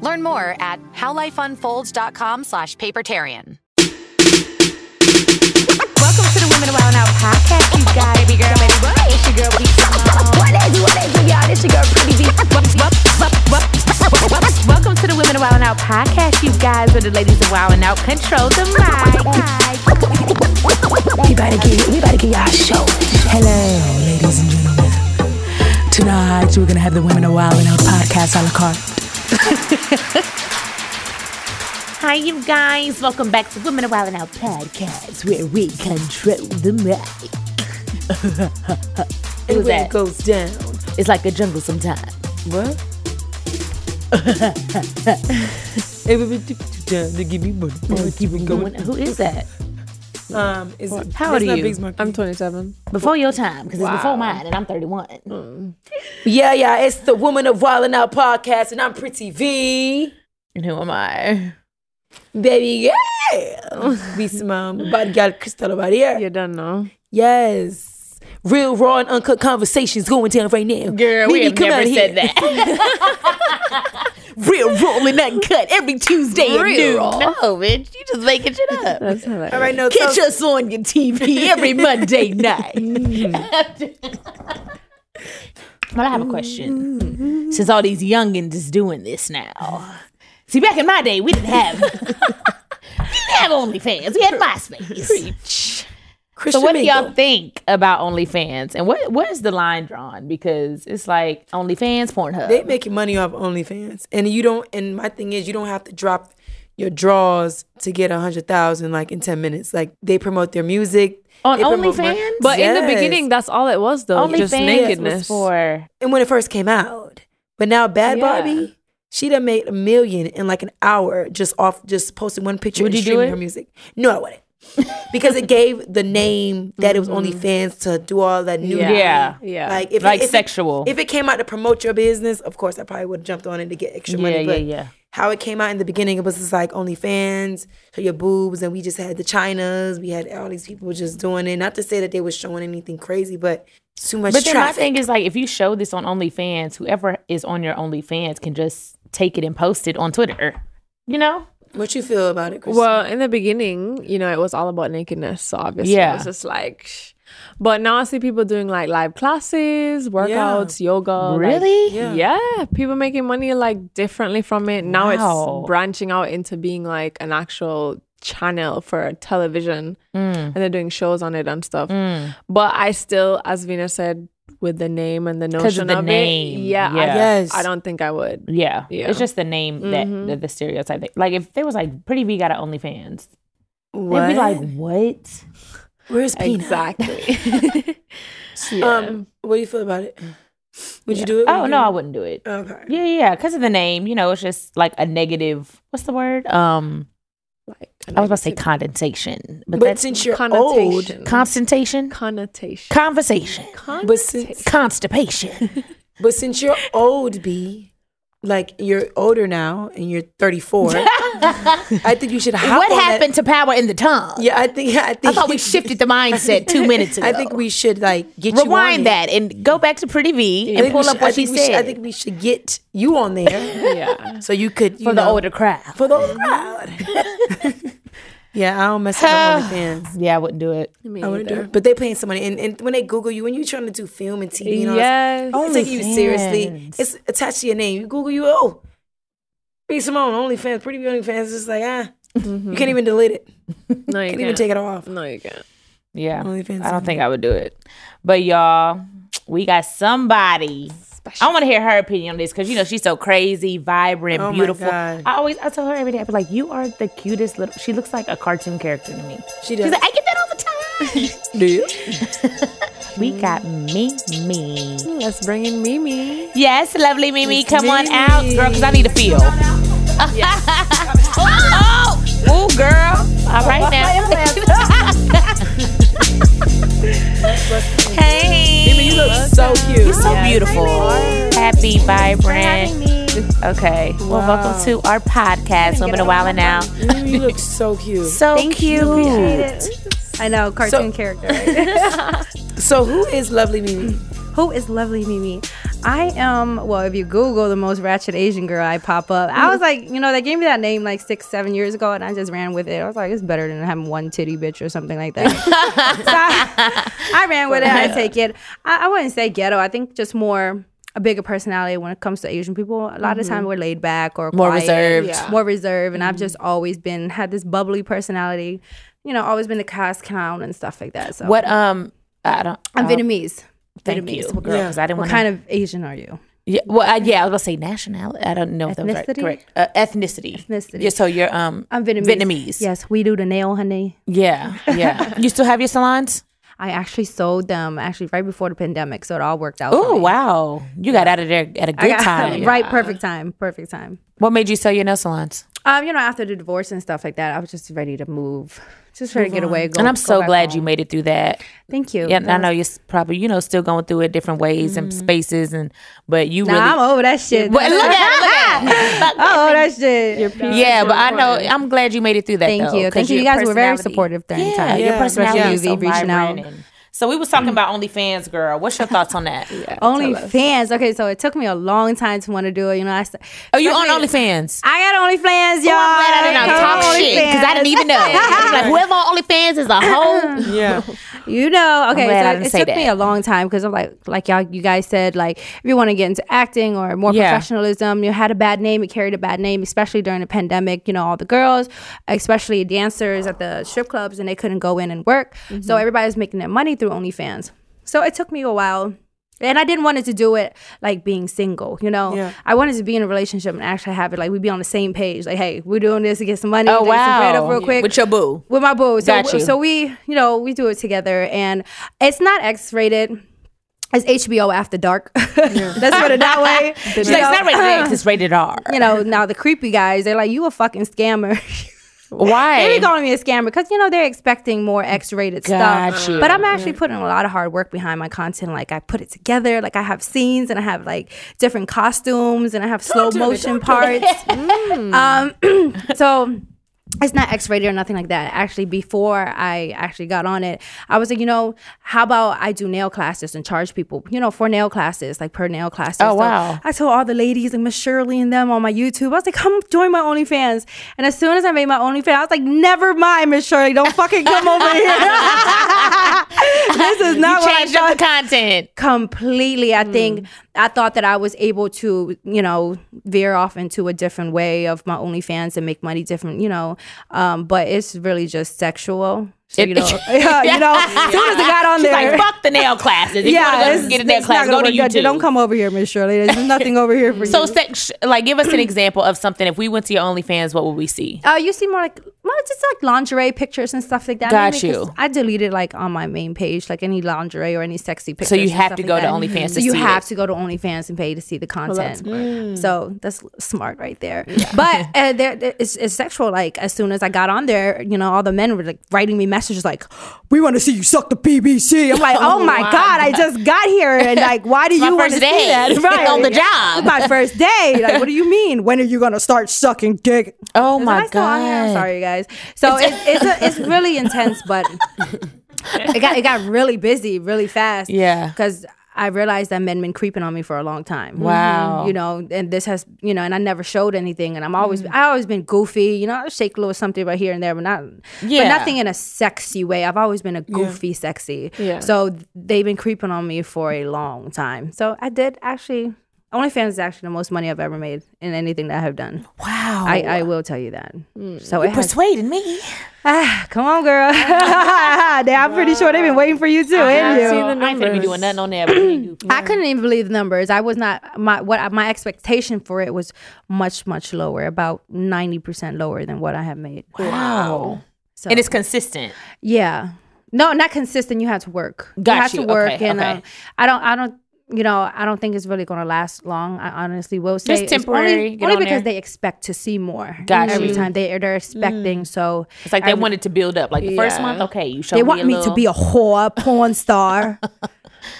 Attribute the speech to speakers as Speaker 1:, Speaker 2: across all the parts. Speaker 1: Learn more at howlifeunfolds.com slash papertarian.
Speaker 2: Welcome to the Women of Wild Now podcast, you guys. Baby girl, baby boy, it's your girl, B. What is it, what is it, y'all? It's your girl, Pretty B. Welcome to the Women of Wild Now podcast, you guys, where the ladies of Wild Now control the mic.
Speaker 3: We about to get, we about to get y'all a show. Hello, ladies and gentlemen. Tonight, we're going to have the Women of Wild Now podcast a la carte.
Speaker 2: Hi, you guys. Welcome back to Women of Wild Now podcast, where we control the mic. it was that.
Speaker 3: goes down.
Speaker 2: It's like a jungle sometimes.
Speaker 3: What? Everybody down to give me money.
Speaker 2: Keep it going. Who is that?
Speaker 4: Um, is it,
Speaker 2: How old
Speaker 4: that's
Speaker 2: are
Speaker 4: not
Speaker 2: you?
Speaker 4: Biggs Mark-
Speaker 5: I'm 27.
Speaker 2: Before your time, because it's before mine, and I'm 31.
Speaker 3: Yeah, yeah, it's the Woman of Wildin' Out podcast, and I'm Pretty V.
Speaker 5: And who am I?
Speaker 3: Baby girl. Be smile. Bad girl, um, Crystal over here.
Speaker 5: You don't know.
Speaker 3: Yes. Real, raw, and uncut conversations going down right now.
Speaker 5: Girl, we
Speaker 3: Mimi,
Speaker 5: have
Speaker 3: come
Speaker 5: never
Speaker 3: out here.
Speaker 5: said that.
Speaker 3: Real, raw, and uncut every Tuesday at noon.
Speaker 5: No, bitch. You just making shit up.
Speaker 4: That's hilarious. All right, no,
Speaker 3: Catch
Speaker 4: so,
Speaker 3: us on your TV every Monday night.
Speaker 2: But I have a question. Since all these youngins is doing this now, see, back in my day, we didn't have we didn't have OnlyFans. We had MySpace. So,
Speaker 3: Christian
Speaker 2: what do
Speaker 3: Mingle.
Speaker 2: y'all think about OnlyFans? And what where's the line drawn? Because it's like OnlyFans, Pornhub.
Speaker 4: they making money off OnlyFans, and you don't. And my thing is, you don't have to drop your draws to get a hundred thousand like in ten minutes. Like they promote their music
Speaker 2: On
Speaker 4: they promote my-
Speaker 2: OnlyFans?
Speaker 5: But in the
Speaker 4: Yes.
Speaker 5: beginning, that's all it was, though.
Speaker 2: OnlyFans
Speaker 5: just
Speaker 2: was
Speaker 5: nakedness.
Speaker 2: for
Speaker 4: and when it first came out, but now Bad
Speaker 2: Yeah.
Speaker 4: Barbie. She done made a million in like an hour just off just posting one picture
Speaker 5: Would
Speaker 4: and
Speaker 5: you do
Speaker 4: streaming
Speaker 5: it?
Speaker 4: her music. No, I wouldn't. because it gave the name that it was OnlyFans to do all that new
Speaker 5: Yeah.
Speaker 2: Mm-hmm. Yeah.
Speaker 5: Yeah.
Speaker 4: Like if
Speaker 2: Like
Speaker 4: it, if
Speaker 2: sexual.
Speaker 4: It, if it came out to promote your business, of course I probably would have jumped on it to get extra
Speaker 2: Yeah,
Speaker 4: money.
Speaker 2: yeah,
Speaker 4: But
Speaker 2: yeah.
Speaker 4: how it came out in the beginning, it was just like OnlyFans, show your boobs, and we just had the Chinas, we had all these people just doing it. Not to say that they were showing anything crazy, but too much
Speaker 2: But then my
Speaker 4: traffic.
Speaker 2: thing is like, if you show this on OnlyFans, whoever is on your OnlyFans can just take it and post it on Twitter. You know?
Speaker 4: what you feel about it, Chris?
Speaker 5: Well, in the beginning, you know, it was all about nakedness. So obviously,
Speaker 2: Yeah.
Speaker 5: it was just like. shh. But now I see people doing like live classes, workouts, yoga. like-
Speaker 2: Really?
Speaker 5: yeah. people making money like differently from it. Now
Speaker 2: Wow.
Speaker 5: it's branching out into being like an actual channel for television
Speaker 2: mm,
Speaker 5: and they're doing shows on it and stuff. But I still, as Vina said, with the name and the
Speaker 2: 'Cause
Speaker 5: notion
Speaker 2: of the
Speaker 5: it,
Speaker 2: name.
Speaker 5: yeah, I,
Speaker 2: Yeah.
Speaker 4: Yes.
Speaker 5: I don't think I would.
Speaker 2: Yeah.
Speaker 5: Yeah.
Speaker 2: It's just the name that the, the stereotype. That, like if there was like Pretty V got an OnlyFans,
Speaker 4: what?
Speaker 2: they'd be like, "What?
Speaker 4: Where's Peanut?
Speaker 5: Exactly.
Speaker 4: Um, what do you feel about it? Would you do it?
Speaker 2: Oh
Speaker 4: Would
Speaker 2: no,
Speaker 4: you-
Speaker 2: I wouldn't do it."
Speaker 4: Okay.
Speaker 2: yeah, yeah, because of the name, you know, it's just like a negative. What's the word? Um,
Speaker 5: like
Speaker 2: I was about to say condensation, but,
Speaker 4: But,
Speaker 2: that's
Speaker 4: since you're old,
Speaker 5: connotation.
Speaker 2: constantation,
Speaker 5: connotation.
Speaker 2: conversation,
Speaker 4: but since
Speaker 2: constipation.
Speaker 4: But since you're old, B, like you're older now and you're 34, I think you should hop
Speaker 2: what
Speaker 4: on that-
Speaker 2: happened to power in the tongue?
Speaker 4: Yeah, I think I think
Speaker 2: I thought we shifted the mindset two minutes ago.
Speaker 4: I think we should like get you on
Speaker 2: rewind
Speaker 4: it.
Speaker 2: that and go back to Pretty V
Speaker 4: I
Speaker 2: and
Speaker 4: think we
Speaker 2: pull
Speaker 4: should-
Speaker 2: up what
Speaker 4: I
Speaker 2: she
Speaker 4: think we should-
Speaker 2: said
Speaker 4: I think we should get you on there
Speaker 5: yeah.
Speaker 4: so you could you
Speaker 2: for the
Speaker 4: know,
Speaker 2: older crowd.
Speaker 4: for the older crowd. yeah, I don't mess with the fans.
Speaker 2: Yeah, I wouldn't do it.
Speaker 5: Me
Speaker 4: I wouldn't do
Speaker 5: either.
Speaker 4: it. But they paying some money, and, and when they Google you, when you trying to do film and TV, and all
Speaker 5: Yes.
Speaker 4: that, they taking you seriously.
Speaker 2: OnlyFans.
Speaker 4: It's attached to your name. You Google you, oh, B Simone, OnlyFans, pretty OnlyFans. It's like ah, You can't even delete it.
Speaker 5: No, you
Speaker 4: Can't even take it off.
Speaker 5: No, you can't.
Speaker 2: Yeah.
Speaker 4: OnlyFans
Speaker 2: I don't think I would do it. But y'all, we got somebody. I want to hear her opinion on this because you know she's so crazy, vibrant,
Speaker 4: Oh my
Speaker 2: beautiful.
Speaker 4: God.
Speaker 2: I always I tell her every day, I be like, you are the cutest little she looks like a cartoon character to me.
Speaker 4: She
Speaker 2: She's
Speaker 4: does.
Speaker 2: like, I get that all the time.
Speaker 4: Do you?
Speaker 2: we got Mimi.
Speaker 5: Let's bring in Mimi.
Speaker 2: Yes, lovely Mimi,
Speaker 4: It's
Speaker 2: come on
Speaker 4: Mimi.
Speaker 2: out, girl, because I need a feel. oh, oh, ooh, girl. All right now. hey. Mimi, you look
Speaker 4: So cute.
Speaker 2: so beautiful. Happy, vibrant. Okay. Well, welcome to our podcast, Women a While and Out.
Speaker 4: You look so cute.
Speaker 2: So cute.
Speaker 6: I know, cartoon character. right?
Speaker 4: So who is lovely Mimi?
Speaker 6: Who is lovely Mimi? I am, well, if you Google the most ratchet Asian girl, I pop up. I was like, you know, they gave me that name like six, seven years ago, and I just ran with it. I was like, it's better than having one titty bitch or something like that. so I, I ran with it. I take it. I, I wouldn't say ghetto. I think just more a bigger personality when it comes to Asian people. A lot of time we're laid back or
Speaker 2: Mm-hmm. More
Speaker 6: quiet,
Speaker 2: reserved. Mm-hmm.
Speaker 6: more reserved. And I've just always been had this bubbly personality. You know, always been the cast clown and stuff like that. So
Speaker 2: What, um, I don't.
Speaker 6: I'm
Speaker 2: uh,
Speaker 6: Vietnamese.
Speaker 2: Thank
Speaker 6: Vietnamese.
Speaker 2: you, girl, because I didn't
Speaker 6: What
Speaker 2: want
Speaker 6: kind of Asian are you?
Speaker 2: Yeah, well, uh, yeah, I was gonna say nationality. I don't know if that was right.
Speaker 6: Ethnicity?
Speaker 2: Correct. Uh, ethnicity.
Speaker 6: Ethnicity. Uh,
Speaker 2: Yeah. So you're um.
Speaker 6: I'm Vietnamese.
Speaker 2: Vietnamese.
Speaker 6: Yes, we do the nail, honey.
Speaker 2: Yeah. Yeah. you still have your salons?
Speaker 6: I actually sold them actually right before the pandemic, so it all worked out. for
Speaker 2: Oh
Speaker 6: me.
Speaker 2: wow! You got out of there at a
Speaker 6: I
Speaker 2: good
Speaker 6: got-
Speaker 2: time.
Speaker 6: right, perfect time, perfect time.
Speaker 2: What made you sell your nail salons?
Speaker 6: Um, you know, after the divorce and stuff like that, I was just ready to move, just ready to get away. Go,
Speaker 2: and I'm
Speaker 6: go
Speaker 2: so
Speaker 6: back
Speaker 2: glad you
Speaker 6: home.
Speaker 2: made it through that.
Speaker 6: Thank you.
Speaker 2: Yeah, and
Speaker 6: That
Speaker 2: I
Speaker 6: was- Mm-hmm.
Speaker 2: know you're s- probably you know still going through it different ways and spaces, and but you
Speaker 6: Nah,
Speaker 2: really.
Speaker 6: I'm over that shit.
Speaker 2: Well, look at look at.
Speaker 6: I'm over that shit.
Speaker 2: yeah, but I know I'm glad you made it through that.
Speaker 6: Thank
Speaker 2: though,
Speaker 6: you.
Speaker 2: 'cause
Speaker 6: Thank you.
Speaker 2: your
Speaker 6: You guys were very
Speaker 2: personality-
Speaker 6: supportive during the
Speaker 2: yeah,
Speaker 6: time.
Speaker 2: Your
Speaker 6: Yeah,
Speaker 2: personality
Speaker 6: especially
Speaker 2: is
Speaker 6: you,
Speaker 2: so
Speaker 6: V, reaching
Speaker 2: vibrant.
Speaker 6: out.
Speaker 2: and- so we was talking about OnlyFans, girl. What's your thoughts on that?
Speaker 6: Only fans. Okay, so it took me a long time to want to do it. You know, I. st-
Speaker 2: Are you on
Speaker 6: especially-
Speaker 2: OnlyFans? Oh,
Speaker 6: I got OnlyFans, y'all.
Speaker 2: I'm glad I didn't
Speaker 6: Come
Speaker 2: talk
Speaker 6: on,
Speaker 2: shit because I
Speaker 6: OnlyFans. Oh,
Speaker 2: didn't even know. like, whoever on OnlyFans is a hoe.
Speaker 4: Yeah.
Speaker 6: You know, okay.
Speaker 2: glad
Speaker 6: So
Speaker 2: I
Speaker 6: it-
Speaker 2: didn't
Speaker 6: it
Speaker 2: say
Speaker 6: took me
Speaker 2: that.
Speaker 6: a long time because I'm like, like y'all, you guys said, like if you want to get into acting or more
Speaker 2: Yeah.
Speaker 6: professionalism, you had a bad name, it carried a bad name, especially during the pandemic. You know, all the girls, especially dancers at the strip clubs, and they couldn't go in and work,
Speaker 2: Mm-hmm.
Speaker 6: so everybody was making their money through OnlyFans. So it took me a while. And I didn't want it to do it like being single, you know.
Speaker 4: Yeah.
Speaker 6: I wanted to be in a relationship and actually have it like we'd be on the same page. Like, hey, we're doing this to get some money,
Speaker 2: Oh
Speaker 6: to get some bread up
Speaker 2: wow!
Speaker 6: real quick
Speaker 2: with your boo.
Speaker 6: with my boo. So,
Speaker 2: Got you.
Speaker 6: so we, you know, we do it together, and it's not X rated. It's HBO After Dark. Let's put it that way.
Speaker 2: She's
Speaker 6: You
Speaker 2: like,
Speaker 6: know,
Speaker 2: it's not rated X. It's rated R.
Speaker 6: You know, now the creepy guys, they're like, "You a fucking scammer."
Speaker 2: Why?
Speaker 6: They're calling me a scammer because you know they're expecting more X-rated
Speaker 2: Got
Speaker 6: stuff.
Speaker 2: you.
Speaker 6: But I'm actually putting a lot of hard work behind my content. Like I put it together. Like I have scenes and I have like different costumes and I have slow motion parts.
Speaker 2: Mm.
Speaker 6: um, so. It's not X-rated or nothing like that. Actually, before I actually got on it, I was like, you know, how about I do nail classes and charge people, you know, for nail classes, like per nail classes.
Speaker 2: Oh,
Speaker 6: So
Speaker 2: wow.
Speaker 6: I told all the ladies, like Miss Shirley and them on my YouTube. I was like, come join my OnlyFans. And as soon as I made my OnlyFans, I was like, never mind, Miss Shirley. Don't fucking come over here. this is not
Speaker 2: you
Speaker 6: what I
Speaker 2: changed up
Speaker 6: thought.
Speaker 2: the content.
Speaker 6: Completely. I
Speaker 2: Hmm.
Speaker 6: think I thought that I was able to, you know, veer off into a different way of my OnlyFans and make money different, you know. Um, but it's really just sexual. So, you know, yeah, you know, as soon as I got on
Speaker 2: She's
Speaker 6: there.
Speaker 2: like, fuck the nail classes. If yeah, you want to
Speaker 6: it's-
Speaker 2: get a nail
Speaker 6: it's not
Speaker 2: class, go
Speaker 6: gonna
Speaker 2: to
Speaker 6: work out.
Speaker 2: YouTube.
Speaker 6: Don't come over here, Miss Shirley. There's nothing over here for you.
Speaker 2: So, sex, like, give us an example of something. If we went to your OnlyFans, what would we see?
Speaker 6: Oh, you see more like more just like lingerie pictures and stuff like that.
Speaker 2: Got
Speaker 6: I mean, because
Speaker 2: you.
Speaker 6: I deleted like on my main page like any lingerie or any sexy pictures.
Speaker 2: So you
Speaker 6: and
Speaker 2: have
Speaker 6: stuff
Speaker 2: to
Speaker 6: like
Speaker 2: go to
Speaker 6: that.
Speaker 2: OnlyFans
Speaker 6: So
Speaker 2: to
Speaker 6: you
Speaker 2: see
Speaker 6: have
Speaker 2: it.
Speaker 6: to go to OnlyFans and pay to see the content. So that's smart right there. But uh, there, there- it's, it's sexual. Like as soon as I got on there, you know, all the men were like writing me messages like, "We want to see you suck the PVC." I'm like, "Oh, my god, I just got here and like, why do
Speaker 2: my
Speaker 6: you want to
Speaker 2: first
Speaker 6: see
Speaker 2: day
Speaker 6: that?"
Speaker 2: on the job.
Speaker 6: my first day. Like, what do you mean? When are you gonna start sucking dick?
Speaker 2: Oh
Speaker 6: Is
Speaker 2: my
Speaker 6: it still on here? I'm
Speaker 2: God.
Speaker 6: sorry, you guys. So it's it's, a, it's really intense, but it got it got really busy really fast.
Speaker 2: Yeah.
Speaker 6: because. I realized that men been creeping on me for a long time.
Speaker 2: Wow.
Speaker 6: you know, and this has, you know, and I never showed anything, and I'm always,
Speaker 2: Mm.
Speaker 6: I always been goofy, you know, I shake a little something right here and there, but not,
Speaker 2: Yeah.
Speaker 6: but nothing in a sexy way. I've always been a goofy, sexy.
Speaker 5: Yeah.
Speaker 6: So they've been creeping on me for a long time. So I did actually OnlyFans is actually the most money I've ever made in anything that I have done.
Speaker 3: Wow.
Speaker 6: I, I will tell you that. So it has
Speaker 3: persuaded me.
Speaker 6: Ah, come on, girl. they, I'm pretty sure they've been waiting for you too, ain't you?
Speaker 2: I ain't finna be doing nothing on there. But we do.
Speaker 6: I couldn't even believe the numbers. I was not my what I- my expectation for it was much much lower, about ninety percent lower than what I have made.
Speaker 3: Wow.
Speaker 6: So
Speaker 2: and it's consistent.
Speaker 6: yeah, no, not consistent. You have to work.
Speaker 2: Got
Speaker 6: you have
Speaker 2: you.
Speaker 6: to work,
Speaker 2: Okay,
Speaker 6: and
Speaker 2: okay.
Speaker 6: um, I don't, I don't. You know, I don't think it's really going to last long. I honestly will say
Speaker 2: Just
Speaker 6: it's only-
Speaker 2: temporary.
Speaker 6: only,
Speaker 2: Get on
Speaker 6: because
Speaker 2: there.
Speaker 6: they expect to see more.
Speaker 2: Got
Speaker 6: every
Speaker 2: you.
Speaker 6: time they they're expecting. So
Speaker 2: It's like they wanted to build up. Like the first month, okay, you show
Speaker 6: they want
Speaker 2: me,
Speaker 6: me
Speaker 2: a
Speaker 6: to be
Speaker 2: little-
Speaker 6: a whore, a porn star.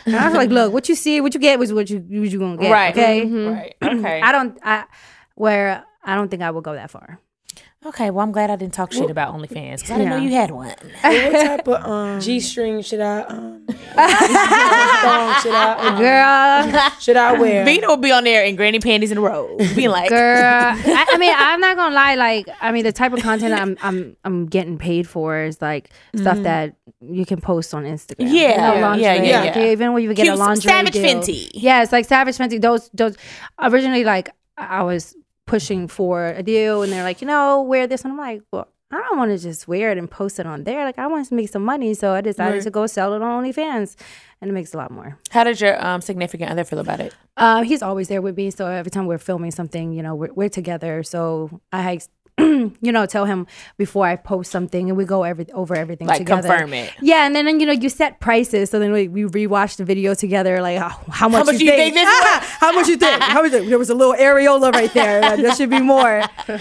Speaker 6: and I was like, look, what you see, what you get was what you what you gonna get.
Speaker 2: Right. Mm-hmm.
Speaker 6: Okay.
Speaker 2: Right. Okay.
Speaker 6: I don't. I where I don't think I would go that far.
Speaker 2: okay. Well, I'm glad I didn't talk shit about OnlyFans because I didn't know you had one.
Speaker 4: What type of um, G string should I um, thong should
Speaker 2: Uh-uh.
Speaker 4: I um,
Speaker 6: Girl,
Speaker 4: should I wear?
Speaker 2: Vina will be on there in granny panties and a robe, being like,
Speaker 6: girl. I, I mean, I'm not gonna lie. Like, I mean, the type of content I'm I'm I'm getting paid for is like stuff that you can post on Instagram. You
Speaker 2: Mm-hmm. Yeah,
Speaker 6: know,
Speaker 2: yeah,
Speaker 6: lingerie,
Speaker 2: yeah,
Speaker 6: like,
Speaker 2: yeah.
Speaker 6: Even when you get
Speaker 2: Cute,
Speaker 6: a lingerie
Speaker 2: Savage
Speaker 6: deal.
Speaker 2: Fenty.
Speaker 6: Yeah, it's like Savage Fenty. Those those originally like I I was pushing for a deal, and they're like, you know, wear this, and I'm like, well. I don't want to just wear it and post it on there. Like I want to make some money, so I decided to go sell it on OnlyFans, and it makes a lot more.
Speaker 2: "How did your um, significant other feel about it?"
Speaker 6: Uh, he's always there with me. So every time we're filming something, you know, we're, we're together. So I, you know, tell him before I post something, and we go every over everything
Speaker 2: Like,
Speaker 6: together.
Speaker 2: confirm it.
Speaker 6: Yeah, and then you know you set prices. So then we, we rewatch the video together. Like oh, how much,
Speaker 2: much you think this
Speaker 6: Ah, how much you think? How much? you think? There was a little areola right there. Like, there should be more. So,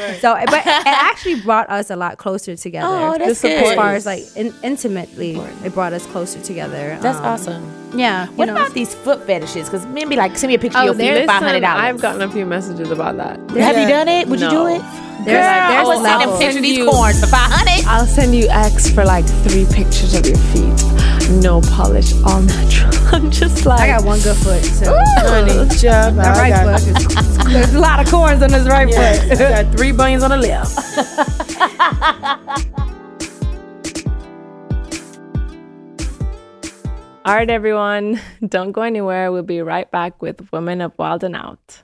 Speaker 6: but it actually brought us a lot closer together.
Speaker 2: Oh, that's
Speaker 6: Just As
Speaker 2: good.
Speaker 6: far as like in, intimately, it brought us closer together.
Speaker 2: That's
Speaker 6: Um,
Speaker 2: awesome.
Speaker 6: Yeah. you
Speaker 2: What
Speaker 6: know,
Speaker 2: about these foot fetishes? Because men be like, "Send me a picture of your feet,
Speaker 5: Listen,
Speaker 2: five hundred
Speaker 5: Oh,
Speaker 2: dollars."
Speaker 5: I've gotten a few messages about that.
Speaker 2: Have you done it? Would you do
Speaker 5: No.
Speaker 2: it?
Speaker 6: there's,
Speaker 2: I
Speaker 6: there's
Speaker 2: would send
Speaker 6: levels.
Speaker 2: him picture of these
Speaker 5: Thank you.
Speaker 2: corns for five hundred.
Speaker 5: I'll send you X for like three pictures of your feet. No polish, all natural. I'm just like,
Speaker 6: I got one good foot. So.
Speaker 4: Honey, chub,
Speaker 6: That
Speaker 4: I
Speaker 6: right
Speaker 4: got-
Speaker 6: foot. is- There's a lot of corns on this right foot.
Speaker 4: I got three bunions on the left.
Speaker 5: all right, everyone, don't go anywhere. We'll be right back with Women of Wild and Out.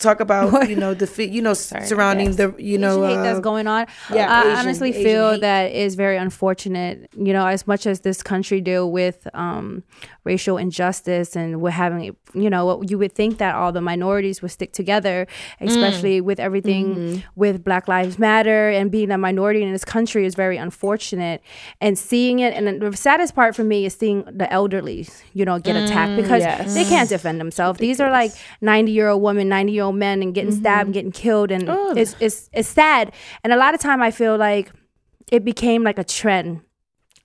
Speaker 4: talk about you know the fit you know surrounding the you know
Speaker 6: Asian hate
Speaker 4: uh,
Speaker 6: that's going on.
Speaker 4: yeah,
Speaker 6: I
Speaker 4: Asian-
Speaker 6: honestly
Speaker 4: Asian
Speaker 6: feel
Speaker 4: hate.
Speaker 6: that is very unfortunate. You know, as much as this country deal with um, racial injustice and we're having, you know, what you would think that all the minorities would stick together, especially with everything with Black Lives Matter and being a minority in this country is very unfortunate. And seeing it, and the saddest part for me is seeing the elderly, you know, get attacked because they can't defend themselves. These are like 90 year old women, 90 year old men, and getting stabbed, getting killed, and it's, it's it's sad. And a lot of time, I feel like it became like a trend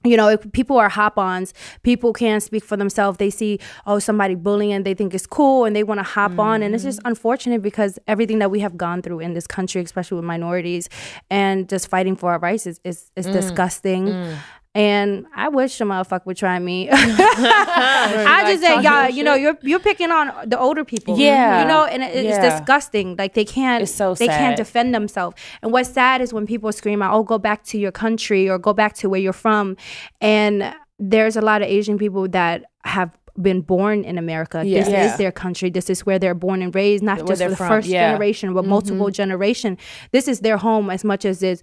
Speaker 6: you know, if people are hop ons. People can't speak for themselves. They see, oh, somebody bullying, they think it's cool and they want to hop on. And it's just
Speaker 2: Mm.
Speaker 6: unfortunate because everything that we have gone through in this country, especially with minorities and just fighting for our rights, is, is,
Speaker 2: Mm.
Speaker 6: is disgusting. And I wish a motherfucker would try me. I just say, y'all, you know, you're you're picking on the older people.
Speaker 2: Yeah.
Speaker 6: You know, and it, it's
Speaker 2: Yeah.
Speaker 6: disgusting. Like they can't
Speaker 2: It's so
Speaker 6: they can't
Speaker 2: sad.
Speaker 6: defend themselves. And what's sad is when people scream out, "Oh, go back to your country" or "Go back to where you're from," and there's a lot of Asian people that have been born in America. This
Speaker 2: Yeah.
Speaker 6: is their country. This is where they're born and raised, not just
Speaker 2: they're
Speaker 6: for the
Speaker 2: from,
Speaker 6: first
Speaker 2: yeah. Mm-hmm.
Speaker 6: generation, but multiple generation. This is their home as much as it's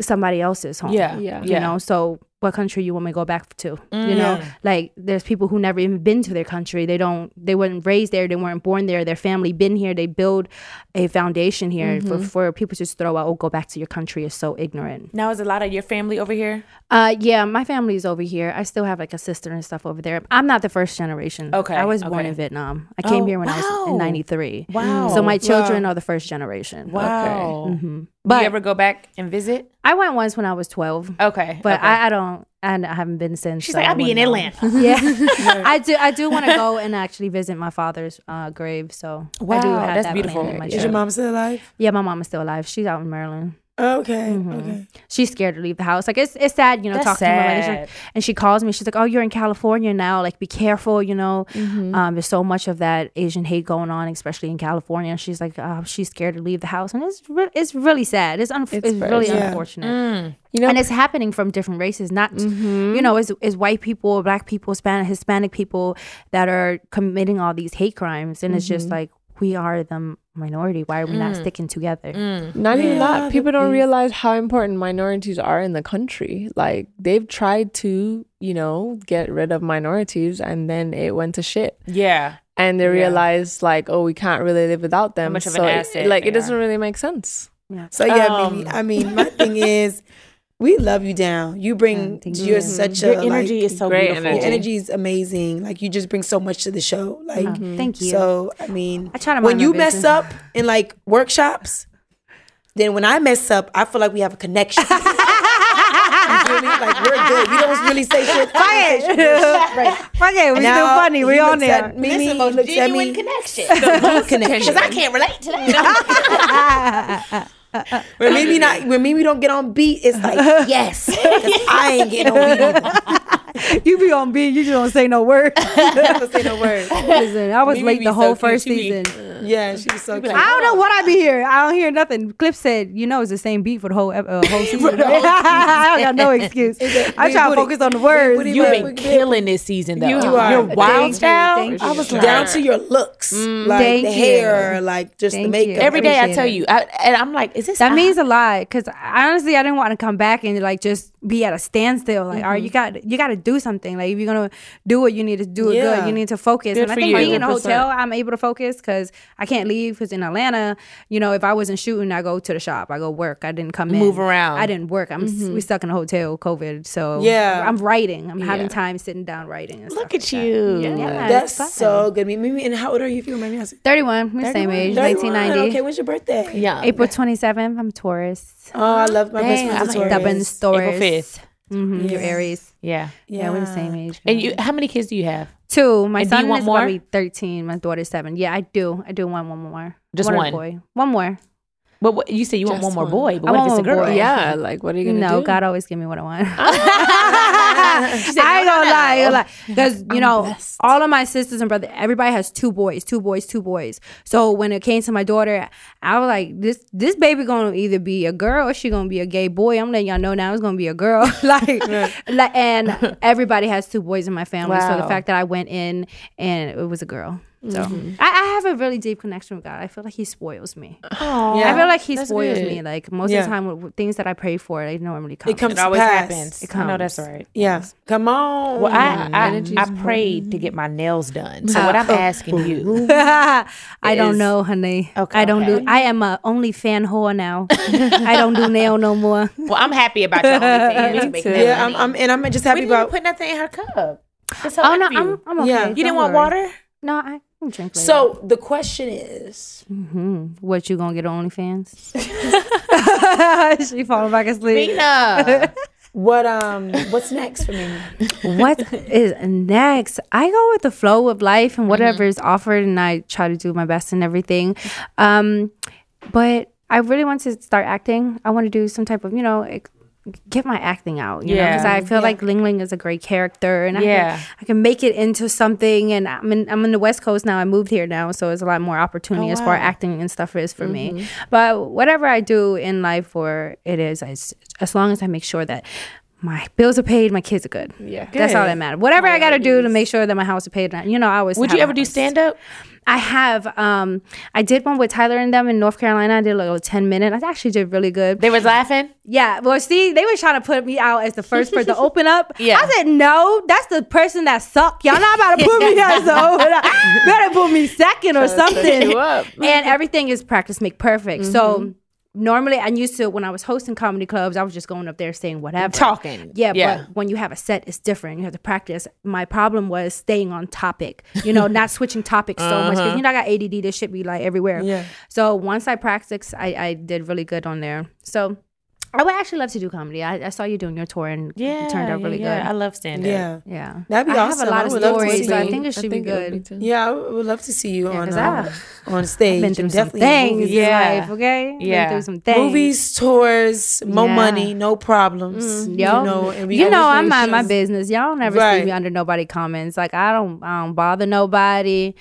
Speaker 6: somebody else's home.
Speaker 2: Yeah.
Speaker 5: Yeah.
Speaker 6: You
Speaker 2: Yeah. Mm.
Speaker 6: know, so what country you want me to go back to? You know, like there's people who never even been to their country. They don't, they weren't raised there. They weren't born there. Their family been here. They build a foundation here
Speaker 2: Mm-hmm.
Speaker 6: for, for people to just throw out, oh, go back to your country is so ignorant.
Speaker 2: Now is a lot of your family over here.
Speaker 6: Uh, yeah, my family's over here. I still have like a sister and stuff over there. I'm not the first generation.
Speaker 2: Okay,
Speaker 6: I was born
Speaker 2: okay.
Speaker 6: in Vietnam. I came
Speaker 2: Oh,
Speaker 6: here when I was
Speaker 2: wow.
Speaker 6: in 93.
Speaker 2: Wow.
Speaker 6: So my children are the first generation.
Speaker 2: Wow. Do
Speaker 3: Mm-hmm.
Speaker 6: But
Speaker 2: you ever go back and visit?
Speaker 6: I went once when I was 12.
Speaker 2: Okay.
Speaker 6: But
Speaker 2: okay.
Speaker 6: I, I don't. I n- I haven't been since.
Speaker 2: She's
Speaker 6: so
Speaker 2: like,
Speaker 6: I
Speaker 2: I'll be in
Speaker 6: wouldn't know."
Speaker 2: Atlanta.
Speaker 6: Yeah, I do. I do want to go and actually visit my father's uh, grave. So I do
Speaker 2: Wow,
Speaker 6: have
Speaker 2: that's
Speaker 6: that
Speaker 2: beautiful.
Speaker 6: planned in my
Speaker 2: Is
Speaker 4: Is your
Speaker 6: trip.
Speaker 4: mom still alive?
Speaker 6: Yeah, my mom is still alive. She's out in Maryland.
Speaker 4: Okay. Okay.
Speaker 6: She's scared to leave the house. Like it's it's sad, you know.
Speaker 2: That's
Speaker 6: talking to my
Speaker 2: sad.
Speaker 6: mother, She's like- and she calls me. She's like, "Oh, you're in California now. Like, be careful, you know. Um, there's so much of that Asian hate going on, especially in California." And she's like, oh, "She's scared to leave the house," and it's re- it's really sad. It's un- it's,
Speaker 5: very
Speaker 6: really
Speaker 4: sad.
Speaker 6: unfortunate.
Speaker 5: You know,
Speaker 6: and it's happening from different races not you know is is white people black people hispanic hispanic people that are committing all these hate crimes and it's just like we are the minority why are we not sticking together
Speaker 5: Not even
Speaker 4: Yeah,
Speaker 5: that. People don't
Speaker 4: please.
Speaker 5: realize how important minorities are in the country. Like they've tried to, you know, get rid of minorities and then it went to shit.
Speaker 2: yeah.
Speaker 5: And they
Speaker 2: Yeah.
Speaker 5: realized like, oh, we can't really live without them.
Speaker 2: much of an
Speaker 5: So it-
Speaker 2: asset
Speaker 5: like
Speaker 2: they
Speaker 5: it doesn't
Speaker 2: are.
Speaker 5: really make sense.
Speaker 4: So yeah,
Speaker 2: Um,
Speaker 4: maybe, I mean, my thing is, we love you down. You bring
Speaker 6: thank
Speaker 4: you're
Speaker 6: you.
Speaker 4: such
Speaker 2: Your
Speaker 4: a
Speaker 2: energy
Speaker 4: like,
Speaker 2: is so
Speaker 5: great
Speaker 2: beautiful.
Speaker 4: your
Speaker 5: energy.
Speaker 4: energy is amazing. Like you just bring so much to the show. Like
Speaker 6: Mhm. Thank you.
Speaker 4: So I mean,
Speaker 6: I try to mind
Speaker 4: when
Speaker 6: my
Speaker 4: you
Speaker 6: business.
Speaker 4: mess up in like workshops, then when I mess up, I feel like we have a connection. you feel me? Like we're good. You don't really say shit. I don't say shit. Right.
Speaker 6: okay we
Speaker 4: Now, he looks
Speaker 6: there.
Speaker 4: at Mimi, he looks at me.
Speaker 2: connection.
Speaker 4: connection.
Speaker 2: I can't relate to that.
Speaker 4: When Mimi not when Mimi don't get on beat, it's like yes, 'cause I ain't getting on beat. either.
Speaker 6: you be on beat you just don't say no word
Speaker 4: Never say the word.
Speaker 6: listen i was
Speaker 2: Mimi
Speaker 6: late
Speaker 2: be
Speaker 6: the whole
Speaker 2: so cute.
Speaker 6: first
Speaker 2: She be-
Speaker 6: season
Speaker 4: Yeah, she was so cute.
Speaker 6: I don't know what I be hearing. I don't hear nothing. Cliff said, "You know, it's the same beat for the whole ep- uh, whole season." I don't got no excuse. I try to focus on the words.
Speaker 4: booty-
Speaker 2: You've
Speaker 4: But
Speaker 2: been
Speaker 4: we-
Speaker 2: killing this season, though.
Speaker 5: You
Speaker 2: You
Speaker 4: are.
Speaker 2: are. Your
Speaker 4: Thank
Speaker 2: wild
Speaker 6: you,
Speaker 2: style.
Speaker 6: thank
Speaker 2: I
Speaker 6: you.
Speaker 2: was like,
Speaker 4: down to your looks, like
Speaker 6: Mm. Thank
Speaker 4: the
Speaker 6: you.
Speaker 4: hair, like just the
Speaker 6: Thank
Speaker 4: makeup.
Speaker 6: you.
Speaker 2: every day I
Speaker 6: Appreciate
Speaker 2: tell
Speaker 6: it.
Speaker 2: you, I, and I'm like, is this
Speaker 6: That
Speaker 2: I?
Speaker 6: means a lot because honestly, I didn't want to come back and like just be at a standstill. Like,
Speaker 2: Mm-hmm.
Speaker 6: all right, you got you got to do something. Like, if you're gonna do it, you need to do it
Speaker 4: Yeah.
Speaker 6: good. You need to focus.
Speaker 2: Good
Speaker 6: and I
Speaker 2: for
Speaker 6: think
Speaker 2: you.
Speaker 6: being in a
Speaker 2: 100%.
Speaker 6: hotel, I'm able to focus because I can't leave. Because in Atlanta, you know, if I wasn't shooting, I go to the shop. I go work. I didn't come in.
Speaker 2: Move around. Mm-hmm.
Speaker 6: I didn't work. I'm s we stuck in a hotel, COVID. So
Speaker 4: Yeah.
Speaker 6: I'm writing. I'm having
Speaker 5: Yeah.
Speaker 6: time sitting down writing. And
Speaker 2: Look at
Speaker 6: stuff.
Speaker 2: you.
Speaker 6: Yeah,
Speaker 4: That's
Speaker 6: it's fun.
Speaker 4: so good. Mimi, Mimi, and how old are you? If you remind me, I said
Speaker 6: 31. We're the same age. 1990.
Speaker 4: Okay, when's your birthday?
Speaker 2: Yeah.
Speaker 6: April 27th. I'm Taurus.
Speaker 4: Oh, I love my best
Speaker 6: Dang,
Speaker 4: friend's
Speaker 6: I'm
Speaker 4: a
Speaker 6: like stubborn
Speaker 4: Taurus.
Speaker 6: Taurus.
Speaker 2: April 5th.
Speaker 6: hmm You're Aries.
Speaker 2: Yeah.
Speaker 6: Yeah. we're the same age.
Speaker 2: And you, how many kids do you have?
Speaker 6: Two. My
Speaker 2: And do
Speaker 6: son
Speaker 2: you want
Speaker 6: is about
Speaker 2: more?
Speaker 6: to be 13. My daughter's seven. Yeah, I do. I do want one more.
Speaker 2: Just one.
Speaker 6: One boy. One more.
Speaker 2: But what, you say you want
Speaker 5: Just
Speaker 2: one more
Speaker 5: one.
Speaker 2: boy, but
Speaker 6: I
Speaker 2: what if
Speaker 6: want
Speaker 2: it's a
Speaker 6: one
Speaker 2: girl?
Speaker 6: boy.
Speaker 5: Yeah. Like what are you gonna
Speaker 6: No,
Speaker 5: do?
Speaker 6: God always give me what I want. I ain't gonna lie, I ain't gonna lie, because you know all of my sisters and brother, everybody has two boys, two boys, two boys. So when it came to my daughter, I was like, this this baby gonna either be a girl or she gonna be a gay boy. I'm letting y'all know now, it's gonna be a girl. like, like, and everybody has two boys in my family. So
Speaker 5: Wow.
Speaker 6: the fact that I went in and it was a girl. So
Speaker 4: Mm-hmm.
Speaker 6: I, I have a really deep connection with God. I feel like He spoils me. I feel like He spoils me. Like most
Speaker 4: Yeah.
Speaker 6: of the time, with- with things that I pray for, they normally come.
Speaker 4: It comes
Speaker 2: It always
Speaker 4: to pass.
Speaker 2: happens.
Speaker 6: It
Speaker 2: I know that's
Speaker 6: comes.
Speaker 2: right.
Speaker 4: Yeah, come on.
Speaker 2: Well, I, I, I prayed to get my nails done. So what I'm asking you,
Speaker 6: I don't
Speaker 2: is-
Speaker 6: know, honey.
Speaker 2: Okay,
Speaker 6: I don't
Speaker 2: okay.
Speaker 6: do. I am a only fan whore now. I don't do nail no more.
Speaker 2: well, I'm happy about your OnlyFans. You make
Speaker 4: yeah, I'm, I'm, and I'm just happy
Speaker 2: We didn't
Speaker 4: about.
Speaker 2: put nothing in her cup.
Speaker 6: Oh no, I'm, I'm okay.
Speaker 4: Yeah. You
Speaker 6: don't
Speaker 2: You didn't want
Speaker 6: worry.
Speaker 2: water?
Speaker 6: No, I can drink. Later.
Speaker 4: So the question is,
Speaker 6: Hmm, what you gonna get on OnlyFans? she falling back asleep.
Speaker 2: Bina.
Speaker 4: What um what's next for me?
Speaker 6: what is next? I go with the flow of life and whatever is offered, and I try to do my best and everything. Um, but I really want to start acting. I want to do some type of, you know, ex- get my acting out. You know, because I feel like Ling Ling is a great character, and I
Speaker 2: Yeah.
Speaker 6: can, I can make it into something. And I'm in, I'm in the West Coast now. I moved here now, so it's a lot more
Speaker 2: Oh,
Speaker 6: opportunity as far as acting and stuff is for
Speaker 2: Mm-hmm.
Speaker 6: me. But whatever I do in life, or it is, I s- as long as I make sure that. My bills are paid. My kids are good. Yeah, that's all that matters. Whatever I got to do to make sure that my house is paid. You know, I always
Speaker 2: Would
Speaker 6: have
Speaker 2: you
Speaker 6: a
Speaker 2: ever do
Speaker 6: house.
Speaker 2: stand up?
Speaker 6: I have. Um, I did one with Tyler and them in North Carolina. I did like a ten minute. I actually did really good.
Speaker 2: They was laughing.
Speaker 6: yeah. Well, see, they were trying to put me out as the first person to open up.
Speaker 2: Yeah.
Speaker 6: I said no. That's the person that sucked. Y'all not about to put me out as the open up. Better put me second or something.
Speaker 5: you up. Mm-hmm.
Speaker 6: and everything is practice make perfect. So. Normally, I used to when I was hosting comedy clubs, I was just going up there saying whatever,
Speaker 2: Talking.
Speaker 6: Yeah,
Speaker 2: Yeah.
Speaker 6: but when you have a set, it's different. You have to practice. My problem was staying on topic. You know, not switching topics so much because you know I got ADD. This shit be like everywhere.
Speaker 4: Uh-huh. Yeah.
Speaker 6: So once I practiced, I, I did really good on there. So I would actually love to do comedy. I, I saw you doing your tour and it turned out really
Speaker 2: yeah. I
Speaker 6: good.
Speaker 2: love stand up.
Speaker 4: Yeah.
Speaker 6: yeah,
Speaker 4: That'd be
Speaker 6: I
Speaker 4: awesome. I
Speaker 6: have a lot
Speaker 4: would
Speaker 6: of
Speaker 4: love to
Speaker 6: stories,
Speaker 4: see
Speaker 6: so I
Speaker 4: you.
Speaker 6: think it should be good.
Speaker 4: Yeah, I would love to see you on
Speaker 6: 'cause
Speaker 4: uh, on stage.
Speaker 6: Been through
Speaker 4: and
Speaker 6: some
Speaker 4: definitely in
Speaker 6: things,
Speaker 4: movies.
Speaker 6: yeah.
Speaker 2: Yeah.
Speaker 6: Life, okay,
Speaker 2: Yeah.
Speaker 6: Been through some things.
Speaker 4: Movies, tours, more
Speaker 6: Yeah.
Speaker 4: money, no problems.
Speaker 6: Yo,
Speaker 4: You know, and we
Speaker 6: you know
Speaker 4: always
Speaker 6: I'm
Speaker 4: make
Speaker 6: mind my
Speaker 4: sure-
Speaker 6: business. Y'all don't ever see
Speaker 4: Right.
Speaker 6: me under nobody comments. Like I don't, I don't bother nobody.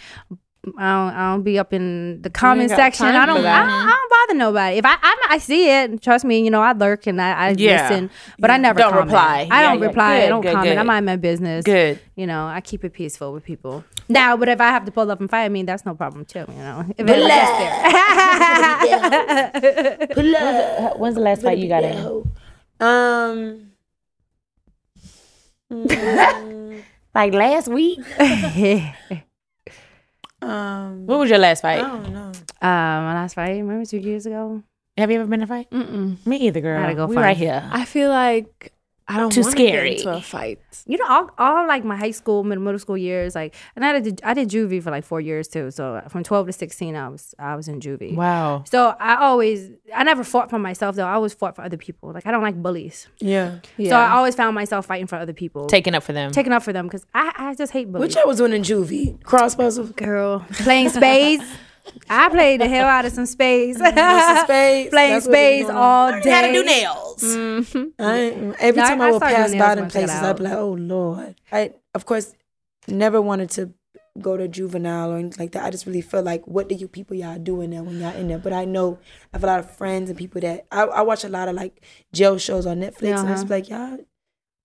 Speaker 6: I don't, I don't be up in the comment
Speaker 5: got
Speaker 6: section.
Speaker 5: time
Speaker 6: I
Speaker 5: for
Speaker 6: don't, I
Speaker 5: that.
Speaker 6: don't, I don't bother nobody. If I, I, I see it, trust me. You know I lurk and I, I
Speaker 2: Yeah.
Speaker 6: listen, but I never
Speaker 2: Don't
Speaker 6: comment.
Speaker 2: reply. Yeah,
Speaker 6: I don't
Speaker 2: yeah.
Speaker 6: reply. I
Speaker 2: Good,
Speaker 6: don't
Speaker 2: good,
Speaker 6: comment. I
Speaker 2: good.
Speaker 6: mind my business.
Speaker 2: Good.
Speaker 6: You know I keep it peaceful with people. Now, but if I have to pull up and fight me, that's no problem too. You know, if it's just there.
Speaker 2: When's the last fight you got in?
Speaker 4: Um, mm,
Speaker 2: Like last week.
Speaker 4: um,
Speaker 2: What was your last fight?
Speaker 6: Oh.
Speaker 4: I don't know.
Speaker 6: Uh, my last fight, remember two years ago?
Speaker 2: Have you ever been in a fight?
Speaker 6: Mm-mm.
Speaker 2: Me either, girl.
Speaker 6: Gotta go
Speaker 2: we
Speaker 6: find-
Speaker 2: right here.
Speaker 5: I feel like I don't
Speaker 2: Too
Speaker 5: wanna
Speaker 2: scary.
Speaker 5: Get into a fight.
Speaker 6: You know, all, all like my high school, middle, middle school years, like, and I did I did juvie for like four years too. So uh, from twelve to sixteen, I was I was in juvie.
Speaker 2: Wow.
Speaker 6: So I always I never fought for myself though. I always fought for other people. Like I don't like bullies,
Speaker 4: Yeah.
Speaker 6: so I always found myself fighting for other people,
Speaker 2: Taking up for them.
Speaker 6: taking up for them because I I just hate bullies.
Speaker 4: Which I was doing in juvie. Cross puzzle.
Speaker 6: Girl, playing spades. I played the hell out of some spades.
Speaker 4: spades.
Speaker 6: playing
Speaker 4: That's what we
Speaker 6: spades
Speaker 4: doing.
Speaker 6: all day.
Speaker 2: how to do nails.
Speaker 4: I, ain't- every
Speaker 6: No,
Speaker 4: time
Speaker 6: I-
Speaker 4: I,
Speaker 6: I
Speaker 4: would
Speaker 6: started
Speaker 4: pass
Speaker 6: doing nails
Speaker 4: by them
Speaker 6: once I got
Speaker 4: places, I'd be like, oh Lord. I, of course, never wanted to go to juvenile or anything like that. I just really feel like, what do you people y'all doing there when y'all in there? But I know I have a lot of friends and people that I, I watch a lot of like jail shows on Netflix, and I just be like, y'all,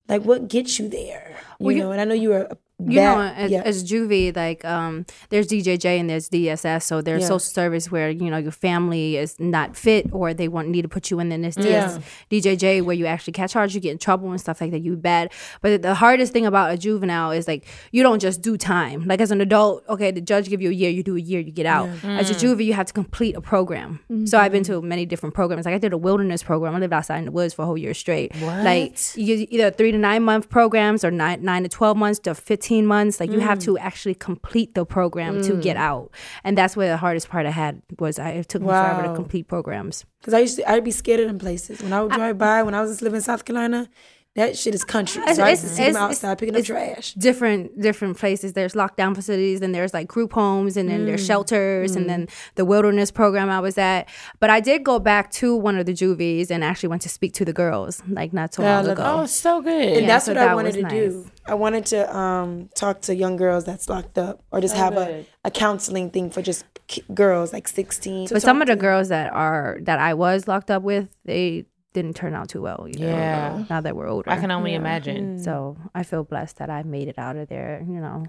Speaker 4: like what gets you there? You
Speaker 6: Uh-huh. Well, you-
Speaker 4: know, and I know you were. a-
Speaker 6: you know,
Speaker 4: that-
Speaker 6: as,
Speaker 4: yeah.
Speaker 6: as juvie, like um, there's DJJ and there's DSS, so there's
Speaker 4: Yeah.
Speaker 6: social service where you know your family is not fit or they want need to put you in. Then there's
Speaker 4: Yeah.
Speaker 6: DJJ where you actually catch charge, you get in trouble and stuff like that. You bad, but the hardest thing about a juvenile is like you don't just do time. Like as an adult, okay, the judge give you a year, you do a year, you get out. As a juvie, you have to complete a program. So I've been to many different programs. Like I did a wilderness program. I lived outside in the woods for a whole year straight. Like you, either three to nine month programs or nine nine to twelve months to fifteen months. Like you have to actually complete the program to get out, and that's where the hardest part I had was I it took me forever to
Speaker 4: Wow.
Speaker 6: complete programs.
Speaker 4: Cause I used to, I'd be scared of them places. When I would drive by, when I was living in South Carolina, that shit is country.
Speaker 6: It's-
Speaker 4: So I used to
Speaker 6: it's-
Speaker 4: see them
Speaker 6: it's-
Speaker 4: outside picking up
Speaker 6: it's-
Speaker 4: trash.
Speaker 6: different different places. There's lockdown facilities, and there's like group homes, and then
Speaker 2: Mm.
Speaker 6: there's shelters, and then the wilderness program I was at. But I did go back to one of the juvies and actually went to speak to the girls, like not so
Speaker 4: Yeah, I
Speaker 6: long
Speaker 4: love
Speaker 6: ago.
Speaker 4: that.
Speaker 2: Oh, so good.
Speaker 4: And that's
Speaker 6: so
Speaker 4: what I
Speaker 6: that
Speaker 4: wanted
Speaker 6: was
Speaker 4: to do. I wanted to um, talk to young girls that's locked up, or
Speaker 6: Oh,
Speaker 4: just have a, a counseling thing for just ki- girls like sixteen.
Speaker 6: but some of the girls that are that I was locked up with, they didn't turn out too well. Either,
Speaker 2: Yeah.
Speaker 6: Now that we're older,
Speaker 2: I can only imagine.
Speaker 6: So I feel blessed that I made it out of there, you know,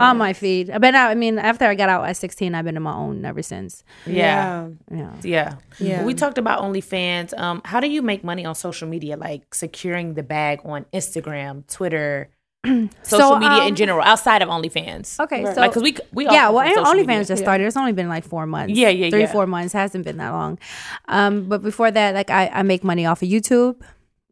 Speaker 6: on my feet. I've been out, I mean, after I got out at 16, I've been on my own ever since.
Speaker 2: Yeah.
Speaker 6: Yeah.
Speaker 2: Yeah.
Speaker 4: Yeah.
Speaker 2: We talked about OnlyFans. Um, how do you make money on social media? Like securing the bag on Instagram, Twitter, social
Speaker 6: So,
Speaker 2: media
Speaker 6: um,
Speaker 2: in general, outside of OnlyFans.
Speaker 6: Okay, so
Speaker 2: Like, cause we we all
Speaker 6: yeah,
Speaker 2: come
Speaker 6: well,
Speaker 2: from
Speaker 6: and
Speaker 2: social
Speaker 6: OnlyFans
Speaker 2: media.
Speaker 6: just started. It's only been like four months.
Speaker 2: Yeah, yeah,
Speaker 6: three,
Speaker 2: yeah.
Speaker 6: four months hasn't been that long. Um, but before that, like I, I make money off of YouTube.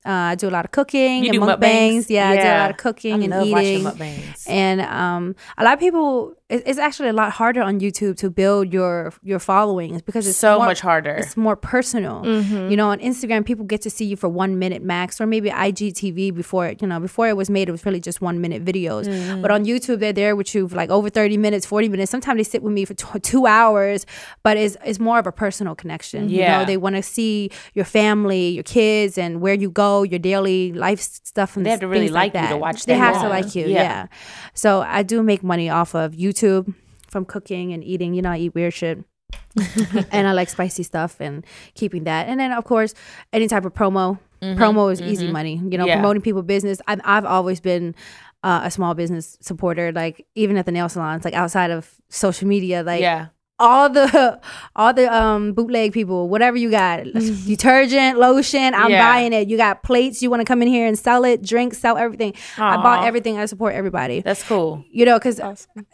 Speaker 6: Uh, I do a lot of cooking
Speaker 2: You
Speaker 6: and
Speaker 2: do
Speaker 6: mukbangs.
Speaker 2: mukbangs?
Speaker 6: Yeah, I do a
Speaker 2: Yeah.
Speaker 6: lot of cooking
Speaker 2: I
Speaker 6: and
Speaker 2: love watching
Speaker 6: eating.
Speaker 2: mukbangs.
Speaker 6: And um, a lot of people it- it's actually a lot harder on YouTube to build your your followings because it's
Speaker 2: So
Speaker 6: more-
Speaker 2: much harder. Mm-hmm.
Speaker 6: It's more personal. You know, on Instagram, people get to see you for one minute max, or maybe IGTV before it. You know, before it was made, it was really just one minute videos.
Speaker 2: Mm-hmm.
Speaker 6: But on YouTube, they're there with you for like over thirty minutes, forty minutes. Sometimes they sit with me for tw- two hours, but it's it's more of a personal connection. You
Speaker 2: Yeah.
Speaker 6: know, they want to see your family, your kids, and where you go, your daily life s- stuff, and
Speaker 2: They have to really
Speaker 6: things
Speaker 2: like you to
Speaker 6: that.
Speaker 2: watch
Speaker 6: They
Speaker 2: them
Speaker 6: have to
Speaker 2: long.
Speaker 6: like you,
Speaker 2: Yeah.
Speaker 6: yeah. So I do make money off of YouTube from cooking and eating. You know, I eat weird shit. and I like spicy stuff and keeping that. And then of course, any type of promo. promo is easy money. You know,
Speaker 2: Mm-hmm, Yeah.
Speaker 6: promoting people business. I've I've always been uh, a small business supporter. Like even at the nail salons, like outside of social media, like
Speaker 2: yeah.
Speaker 6: all the all the um bootleg people, whatever you got, detergent, lotion, I'm
Speaker 2: Yeah.
Speaker 6: buying it. You got plates, you want to come in here and sell it, drinks, sell everything. I bought everything. I support everybody.
Speaker 2: That's cool.
Speaker 6: you know, because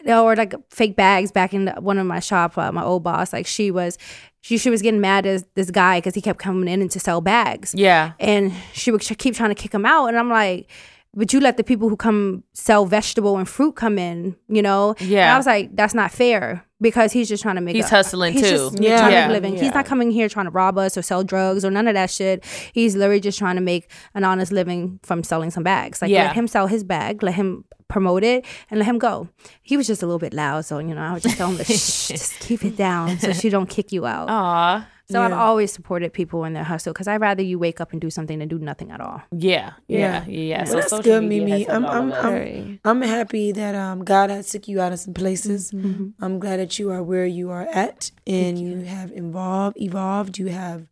Speaker 6: or like fake bags back in one of my shop. Uh, my old boss, like she was, she she was getting mad at this guy because he kept coming in and to sell bags
Speaker 2: Yeah.
Speaker 6: and she would keep trying to kick him out and i'm like but you let the people who come sell vegetable and fruit come in you know and
Speaker 2: Yeah.
Speaker 6: i was like that's not fair because he's just trying to make
Speaker 2: He's
Speaker 6: a-
Speaker 2: hustling
Speaker 6: he's
Speaker 2: too.
Speaker 6: just
Speaker 2: Yeah.
Speaker 6: trying to
Speaker 2: Yeah.
Speaker 6: make a living he's not coming here trying to rob us or sell drugs or none of that shit he's literally just trying to make an honest living from selling some bags like
Speaker 2: Yeah.
Speaker 6: let him sell his bag let him promote it and let him go he was just a little bit loud so you know i would just tell him to shh just keep it down so she don't kick you out
Speaker 2: Aw.
Speaker 6: so I've always supported people in their hustle because I'd rather you wake up and do something than do nothing at all.
Speaker 2: Yeah. Yeah. Yeah. So
Speaker 4: That's
Speaker 2: social
Speaker 4: good,
Speaker 2: media
Speaker 4: Mimi.
Speaker 2: has
Speaker 4: I'm
Speaker 2: helped all
Speaker 4: I'm,
Speaker 2: of us.
Speaker 4: I'm I'm happy that um God has took you out of some places.
Speaker 6: Mm-hmm,
Speaker 4: I'm glad that you are where you are at and you. have evolved evolved. You have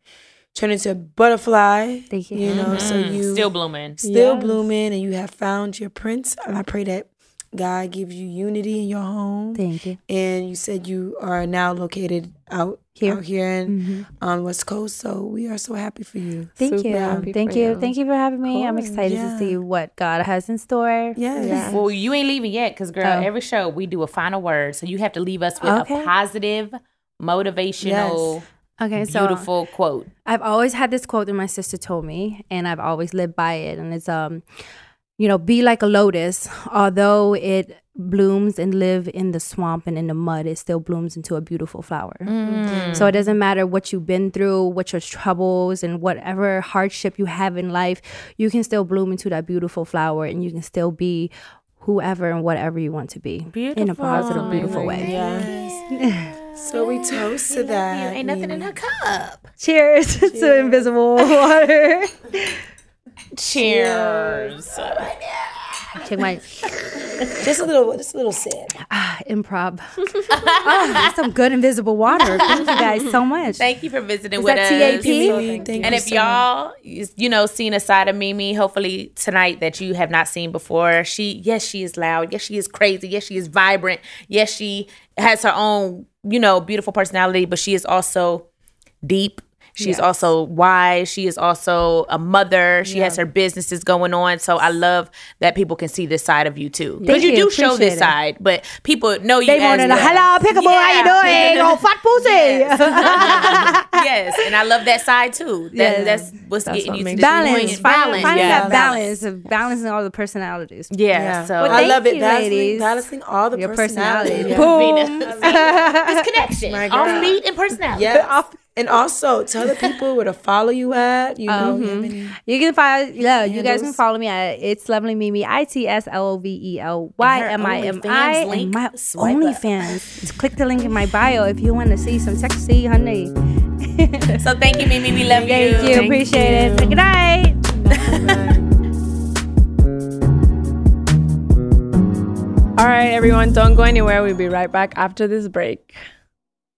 Speaker 4: turned into a butterfly.
Speaker 6: Thank you.
Speaker 4: You know, so you
Speaker 2: Mm-hmm. still blooming.
Speaker 4: still blooming and you have found your prince. And I pray that God gives you unity in your home.
Speaker 6: Thank you.
Speaker 4: and you said you are now located out
Speaker 6: Here. Mm-hmm.
Speaker 4: out here in um, West Coast. So we are so happy for you. Um,
Speaker 6: Thank
Speaker 5: Super happy
Speaker 6: you. Thank
Speaker 5: for
Speaker 6: you.
Speaker 5: you.
Speaker 6: Thank you for having me. I'm excited
Speaker 4: Yeah.
Speaker 6: to see what God has in store.
Speaker 4: Yes.
Speaker 2: Well, you ain't leaving yet because, girl,
Speaker 6: Oh.
Speaker 2: every show we do a final word. So you have to leave us with
Speaker 6: Okay.
Speaker 2: a positive, motivational,
Speaker 6: Okay, so
Speaker 2: beautiful quote.
Speaker 6: I've always had this quote that my sister told me, and I've always lived by it. And it's um, you know, be like a lotus, although it blooms and live in the swamp and in the mud, it still blooms into a beautiful flower. So it doesn't matter what you've been through, what your troubles and whatever hardship you have in life, you can still bloom into that beautiful flower, and you can still be whoever and whatever you want to be in a positive, beautiful way.
Speaker 4: So we toast to that. Ain't nothing in her
Speaker 6: Cheers, to invisible water.
Speaker 2: Cheers.
Speaker 6: Check my. Ah,
Speaker 4: Just a little, just a little sip.
Speaker 6: improv. oh, that's some good invisible water. Thank you guys so much.
Speaker 2: Thank you for visiting
Speaker 6: Is
Speaker 2: with
Speaker 6: that
Speaker 2: us.
Speaker 6: TAP?
Speaker 4: Thank you.
Speaker 2: And if y'all, is- you know, seen a side of Mimi, hopefully tonight that you have not seen before, she, yes, she is loud. Yes, she is crazy. Yes, she is vibrant. Yes, she has her own, you know, beautiful personality, but she is also deep. She's also wise. She is also a mother. She has her businesses going on. So I love that people can see this side of you too. Because you
Speaker 6: you.
Speaker 2: do show
Speaker 6: Appreciate
Speaker 2: this
Speaker 6: it.
Speaker 2: side, but people know you
Speaker 6: They
Speaker 2: as
Speaker 6: wanted a
Speaker 2: well.
Speaker 6: hello, pickleball. How you doing? Oh, fat pussy.
Speaker 2: yes, and I love that side too. That,
Speaker 6: Yes.
Speaker 2: That's what's getting you to this
Speaker 6: Balance,
Speaker 2: point.
Speaker 6: balance, finding
Speaker 2: yeah.
Speaker 6: that balance of balancing all the personalities.
Speaker 2: Yeah, so
Speaker 6: Well,
Speaker 4: I
Speaker 6: thank
Speaker 4: love it,
Speaker 6: you,
Speaker 4: balancing,
Speaker 6: ladies.
Speaker 4: balancing all the
Speaker 6: Your
Speaker 4: personalities.
Speaker 6: personality.
Speaker 4: Yeah.
Speaker 2: Venus. It's connection,
Speaker 4: My girl.
Speaker 2: off beat and personality.
Speaker 4: Yes. And also tell the people where to follow you at. You know, you
Speaker 6: Mm-hmm.
Speaker 4: have any-
Speaker 6: You can find yeah, you guys
Speaker 4: Handles.
Speaker 6: can follow me at it's lovely Mimi I T S L O V E L Y
Speaker 2: her
Speaker 6: M I M I
Speaker 2: OnlyFans
Speaker 6: and
Speaker 2: link.
Speaker 6: my
Speaker 2: Swipe up.
Speaker 6: OnlyFans. Click the link in my bio if you want to see some sexy honey.
Speaker 2: So thank you, Mimi. We love
Speaker 6: Thank you, appreciate it. Good night.
Speaker 5: All right, everyone, don't go anywhere. We'll be right back after this break.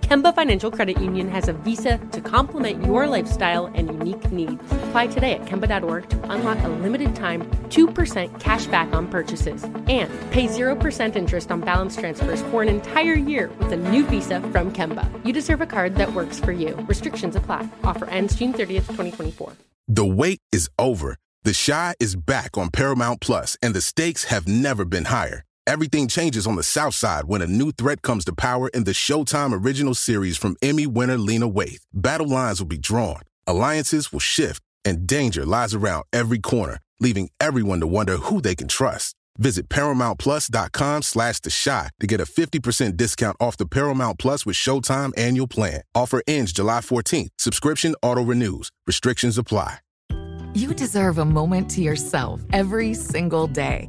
Speaker 7: Kemba Financial Credit Union has a visa to complement your lifestyle and unique needs. Apply today at Kemba.org to unlock a limited time 2% cash back on purchases and pay 0% interest on balance transfers for an entire year with a new visa from Kemba. You deserve a card that works for you. Restrictions apply. Offer ends June 30th, 2024.
Speaker 8: The wait is over. The Shy is back on Paramount Plus, and the stakes have never been higher. Everything changes on the South Side when a new threat comes to power in the Showtime original series from Emmy winner Lena Waithe. Battle lines will be drawn, alliances will shift, and danger lies around every corner, leaving everyone to wonder who they can trust. Visit ParamountPlus.com slash The Shot to get a 50% discount off the Paramount Plus with Showtime annual plan. Offer ends July 14th. Subscription auto-renews. Restrictions apply.
Speaker 9: You deserve a moment to yourself every single day.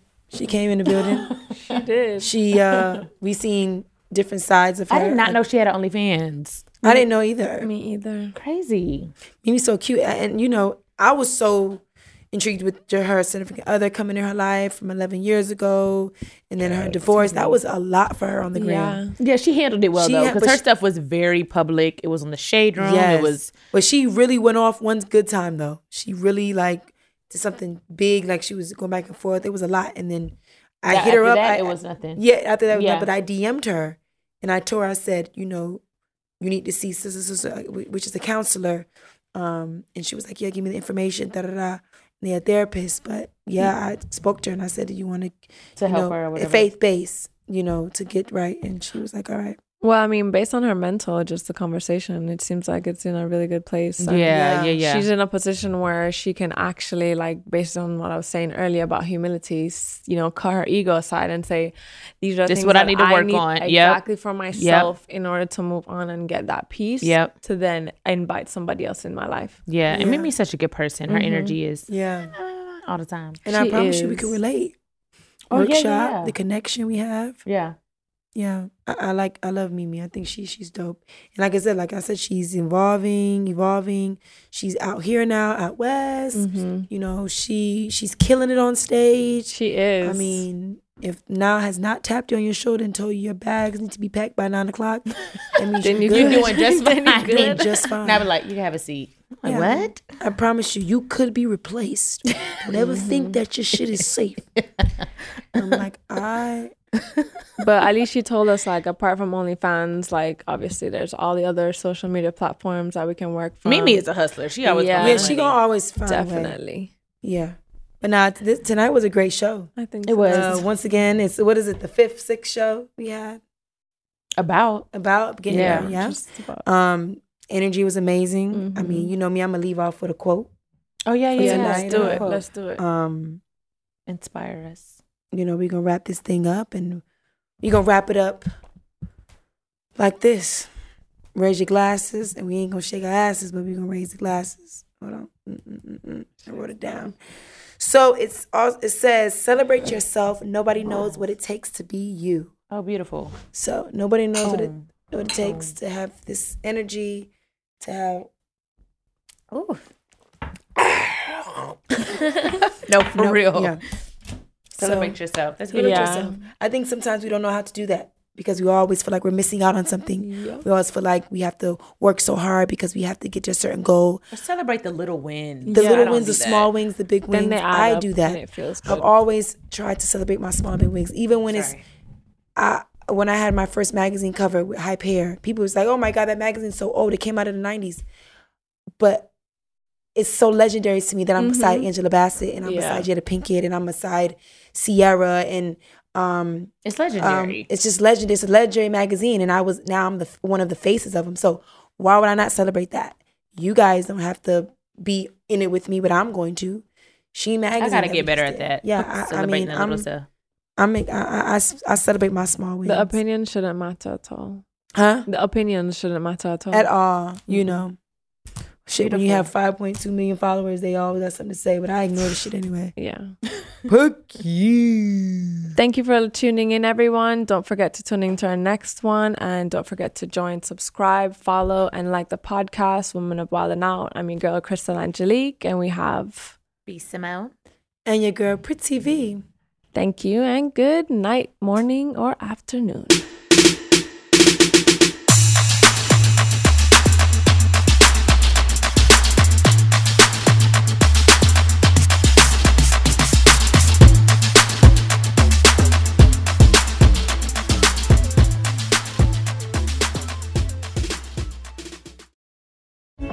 Speaker 4: she came in the building.
Speaker 5: She did.
Speaker 4: she, uh, we seen different sides of her.
Speaker 2: I did not
Speaker 4: Like,
Speaker 2: know she had OnlyFans.
Speaker 4: I didn't know either.
Speaker 5: Me either.
Speaker 2: Crazy.
Speaker 4: Mimi's so cute, and you know, I was so intrigued with her significant other coming in her life from 11 years ago, and then her divorce. That was a lot for her on the ground.
Speaker 2: Yeah, she handled it well
Speaker 4: She
Speaker 2: though,
Speaker 4: had-
Speaker 2: because
Speaker 4: but
Speaker 2: her
Speaker 4: she-
Speaker 2: stuff was very public. It was on the shade room. It was
Speaker 4: But she really went off one good time though. She really like did something big. Like she was going back and forth. It was a lot. And then I
Speaker 2: Yeah,
Speaker 4: hit her
Speaker 2: after
Speaker 4: up.
Speaker 2: that,
Speaker 4: I-
Speaker 2: it was nothing.
Speaker 4: Yeah, after that, was
Speaker 2: Yeah.
Speaker 4: nothing, but I DM'd her and I told her. I said, you know, you need to see sister, sister, uh, which is a counselor. Um, and she was like, yeah, give me the information. Da da da. And they had therapists, but yeah, I spoke to her and I said, do you want to
Speaker 2: Mm-hmm. To
Speaker 4: you
Speaker 2: help
Speaker 4: know,
Speaker 2: her or whatever.
Speaker 4: faith base, you know, to get right? And she was like, all right.
Speaker 5: Well, I mean, based on her mental, just the conversation, it seems like it's in a really good place. I mean,
Speaker 2: yeah, yeah, yeah.
Speaker 5: She's in a position where she can actually, like, based on what I was saying earlier about humility, s- you know, cut her ego aside and say, "These are
Speaker 2: This is
Speaker 5: things
Speaker 2: what I
Speaker 5: that
Speaker 2: need to work on. Yep.
Speaker 5: exactly for myself in order to move on and get that peace.
Speaker 2: Yep.
Speaker 5: To then invite somebody else in my life.
Speaker 2: yeah, Mm-hmm. and Mimi's such a good person. Her energy is uh,
Speaker 4: Yeah.
Speaker 2: all the time.
Speaker 4: And I
Speaker 5: She
Speaker 4: promise you, we
Speaker 5: is.
Speaker 4: can relate.
Speaker 2: Oh, yeah, yeah,
Speaker 4: Workshop,
Speaker 2: yeah.
Speaker 4: the connection we have.
Speaker 2: Yeah.
Speaker 4: Yeah, I, I like, I love Mimi. I think she she's dope. And like I said, like I said, she's evolving, evolving. She's out here now, out west.
Speaker 2: Mm. Mm-hmm.
Speaker 4: You know, she she's killing it on stage.
Speaker 5: She is.
Speaker 4: I mean, if now has not tapped you on your shoulder and told you your bags need to be packed by nine o'clock, that means
Speaker 5: Then
Speaker 4: you're
Speaker 5: you-
Speaker 2: You're
Speaker 4: good.
Speaker 2: doing just fine.
Speaker 4: Doing just fine.
Speaker 2: And I be like, you can have a seat. Like,
Speaker 4: Yeah.
Speaker 2: what?
Speaker 4: I promise you, you could be replaced. Don't ever think that your shit is safe. I'm like, I
Speaker 5: but at least she told us like apart from OnlyFans, like obviously there's all the other social media platforms that we can work from.
Speaker 2: Mimi is a hustler. She always
Speaker 5: Yeah.
Speaker 4: yeah,
Speaker 2: finds
Speaker 4: she
Speaker 2: money.
Speaker 4: gonna always find a way.
Speaker 5: definitely.
Speaker 4: Yeah, but nah, t- this, tonight was a great show.
Speaker 5: I think
Speaker 2: It was.
Speaker 4: Uh, once again, it's what is it? The fifth, sixth show we had
Speaker 2: about.
Speaker 4: about getting
Speaker 2: Yeah, Mm-hmm.
Speaker 4: yeah, yeah. Um, energy was amazing. I mean, you know me, I'm gonna leave off with a quote.
Speaker 2: Oh yeah, yeah.
Speaker 4: Yeah,
Speaker 2: yeah.
Speaker 4: let's do it.
Speaker 2: Quote.
Speaker 5: Let's do it.
Speaker 4: Um,
Speaker 2: Inspire us.
Speaker 4: you know, we're gonna wrap this thing up and you're gonna wrap it up like this. Raise your glasses, and we ain't gonna shake our asses, but we're gonna raise the glasses. Hold on. Mm-mm-mm-mm. I wrote it down. So it's all it says, celebrate yourself. Nobody knows what it takes to be you.
Speaker 2: Oh, beautiful.
Speaker 4: So nobody knows what it what it takes to have this energy, to have
Speaker 2: Ooh. no, for
Speaker 4: no-
Speaker 2: real.
Speaker 4: Yeah.
Speaker 2: Celebrate
Speaker 4: So-
Speaker 2: yourself. That's
Speaker 4: Celebrate
Speaker 2: beautiful.
Speaker 4: yourself. I think sometimes we don't know how to do that because we always feel like we're missing out on something. We always feel like we have to work so hard because we have to get to a certain goal.
Speaker 2: Celebrate the little wins.
Speaker 4: The
Speaker 5: Yeah, I
Speaker 4: little
Speaker 5: don't
Speaker 4: wins, the
Speaker 5: do that.
Speaker 4: small wins, the big wins.
Speaker 5: Then they add
Speaker 4: I
Speaker 5: up
Speaker 4: do that.
Speaker 5: and it feels
Speaker 4: I've
Speaker 5: good.
Speaker 4: always tried to celebrate my small and big wins, even when it's. I, when I had my first magazine cover with Hype Hair, people was like, "Oh my god, that magazine's so old. It came out in the '90s," but it's so legendary to me that I'm beside Angela Bassett and I'm
Speaker 5: Yeah.
Speaker 4: beside Jada Pinkett and I'm beside Sierra and um,
Speaker 2: It's
Speaker 4: um,
Speaker 2: legendary.
Speaker 4: it's just legendary. It's a legendary magazine, and I was now I'm the one of the faces of them. So why would I not celebrate that? You guys don't have to be in it with me, but I'm going to. She magazine.
Speaker 2: I gotta
Speaker 4: that
Speaker 2: get
Speaker 4: we
Speaker 2: better
Speaker 4: just
Speaker 2: at
Speaker 4: did.
Speaker 2: that.
Speaker 4: Yeah, I, I
Speaker 2: Celebrating
Speaker 4: mean,
Speaker 2: the little
Speaker 4: I'm,
Speaker 2: stuff.
Speaker 4: I'm, I, I- I s- I celebrate my small wins.
Speaker 5: The opinion shouldn't matter at all.
Speaker 4: huh?
Speaker 5: The opinion shouldn't matter at all.
Speaker 4: At all, you know. Shit, when you
Speaker 5: Beautiful.
Speaker 4: have 5.2 million followers, they always got something to say, but I ignore the shit anyway.
Speaker 5: Yeah.
Speaker 4: Fuck you.
Speaker 5: Thank you for tuning in, everyone. Don't forget to tune in to our next one. And don't forget to join, subscribe, follow, and like the podcast, Women of Wild and Out. I'm your girl, Crystal Angelique. And we have.
Speaker 2: Be Simone.
Speaker 4: And your girl, Pretty V.
Speaker 5: Thank you and good night, morning, or afternoon.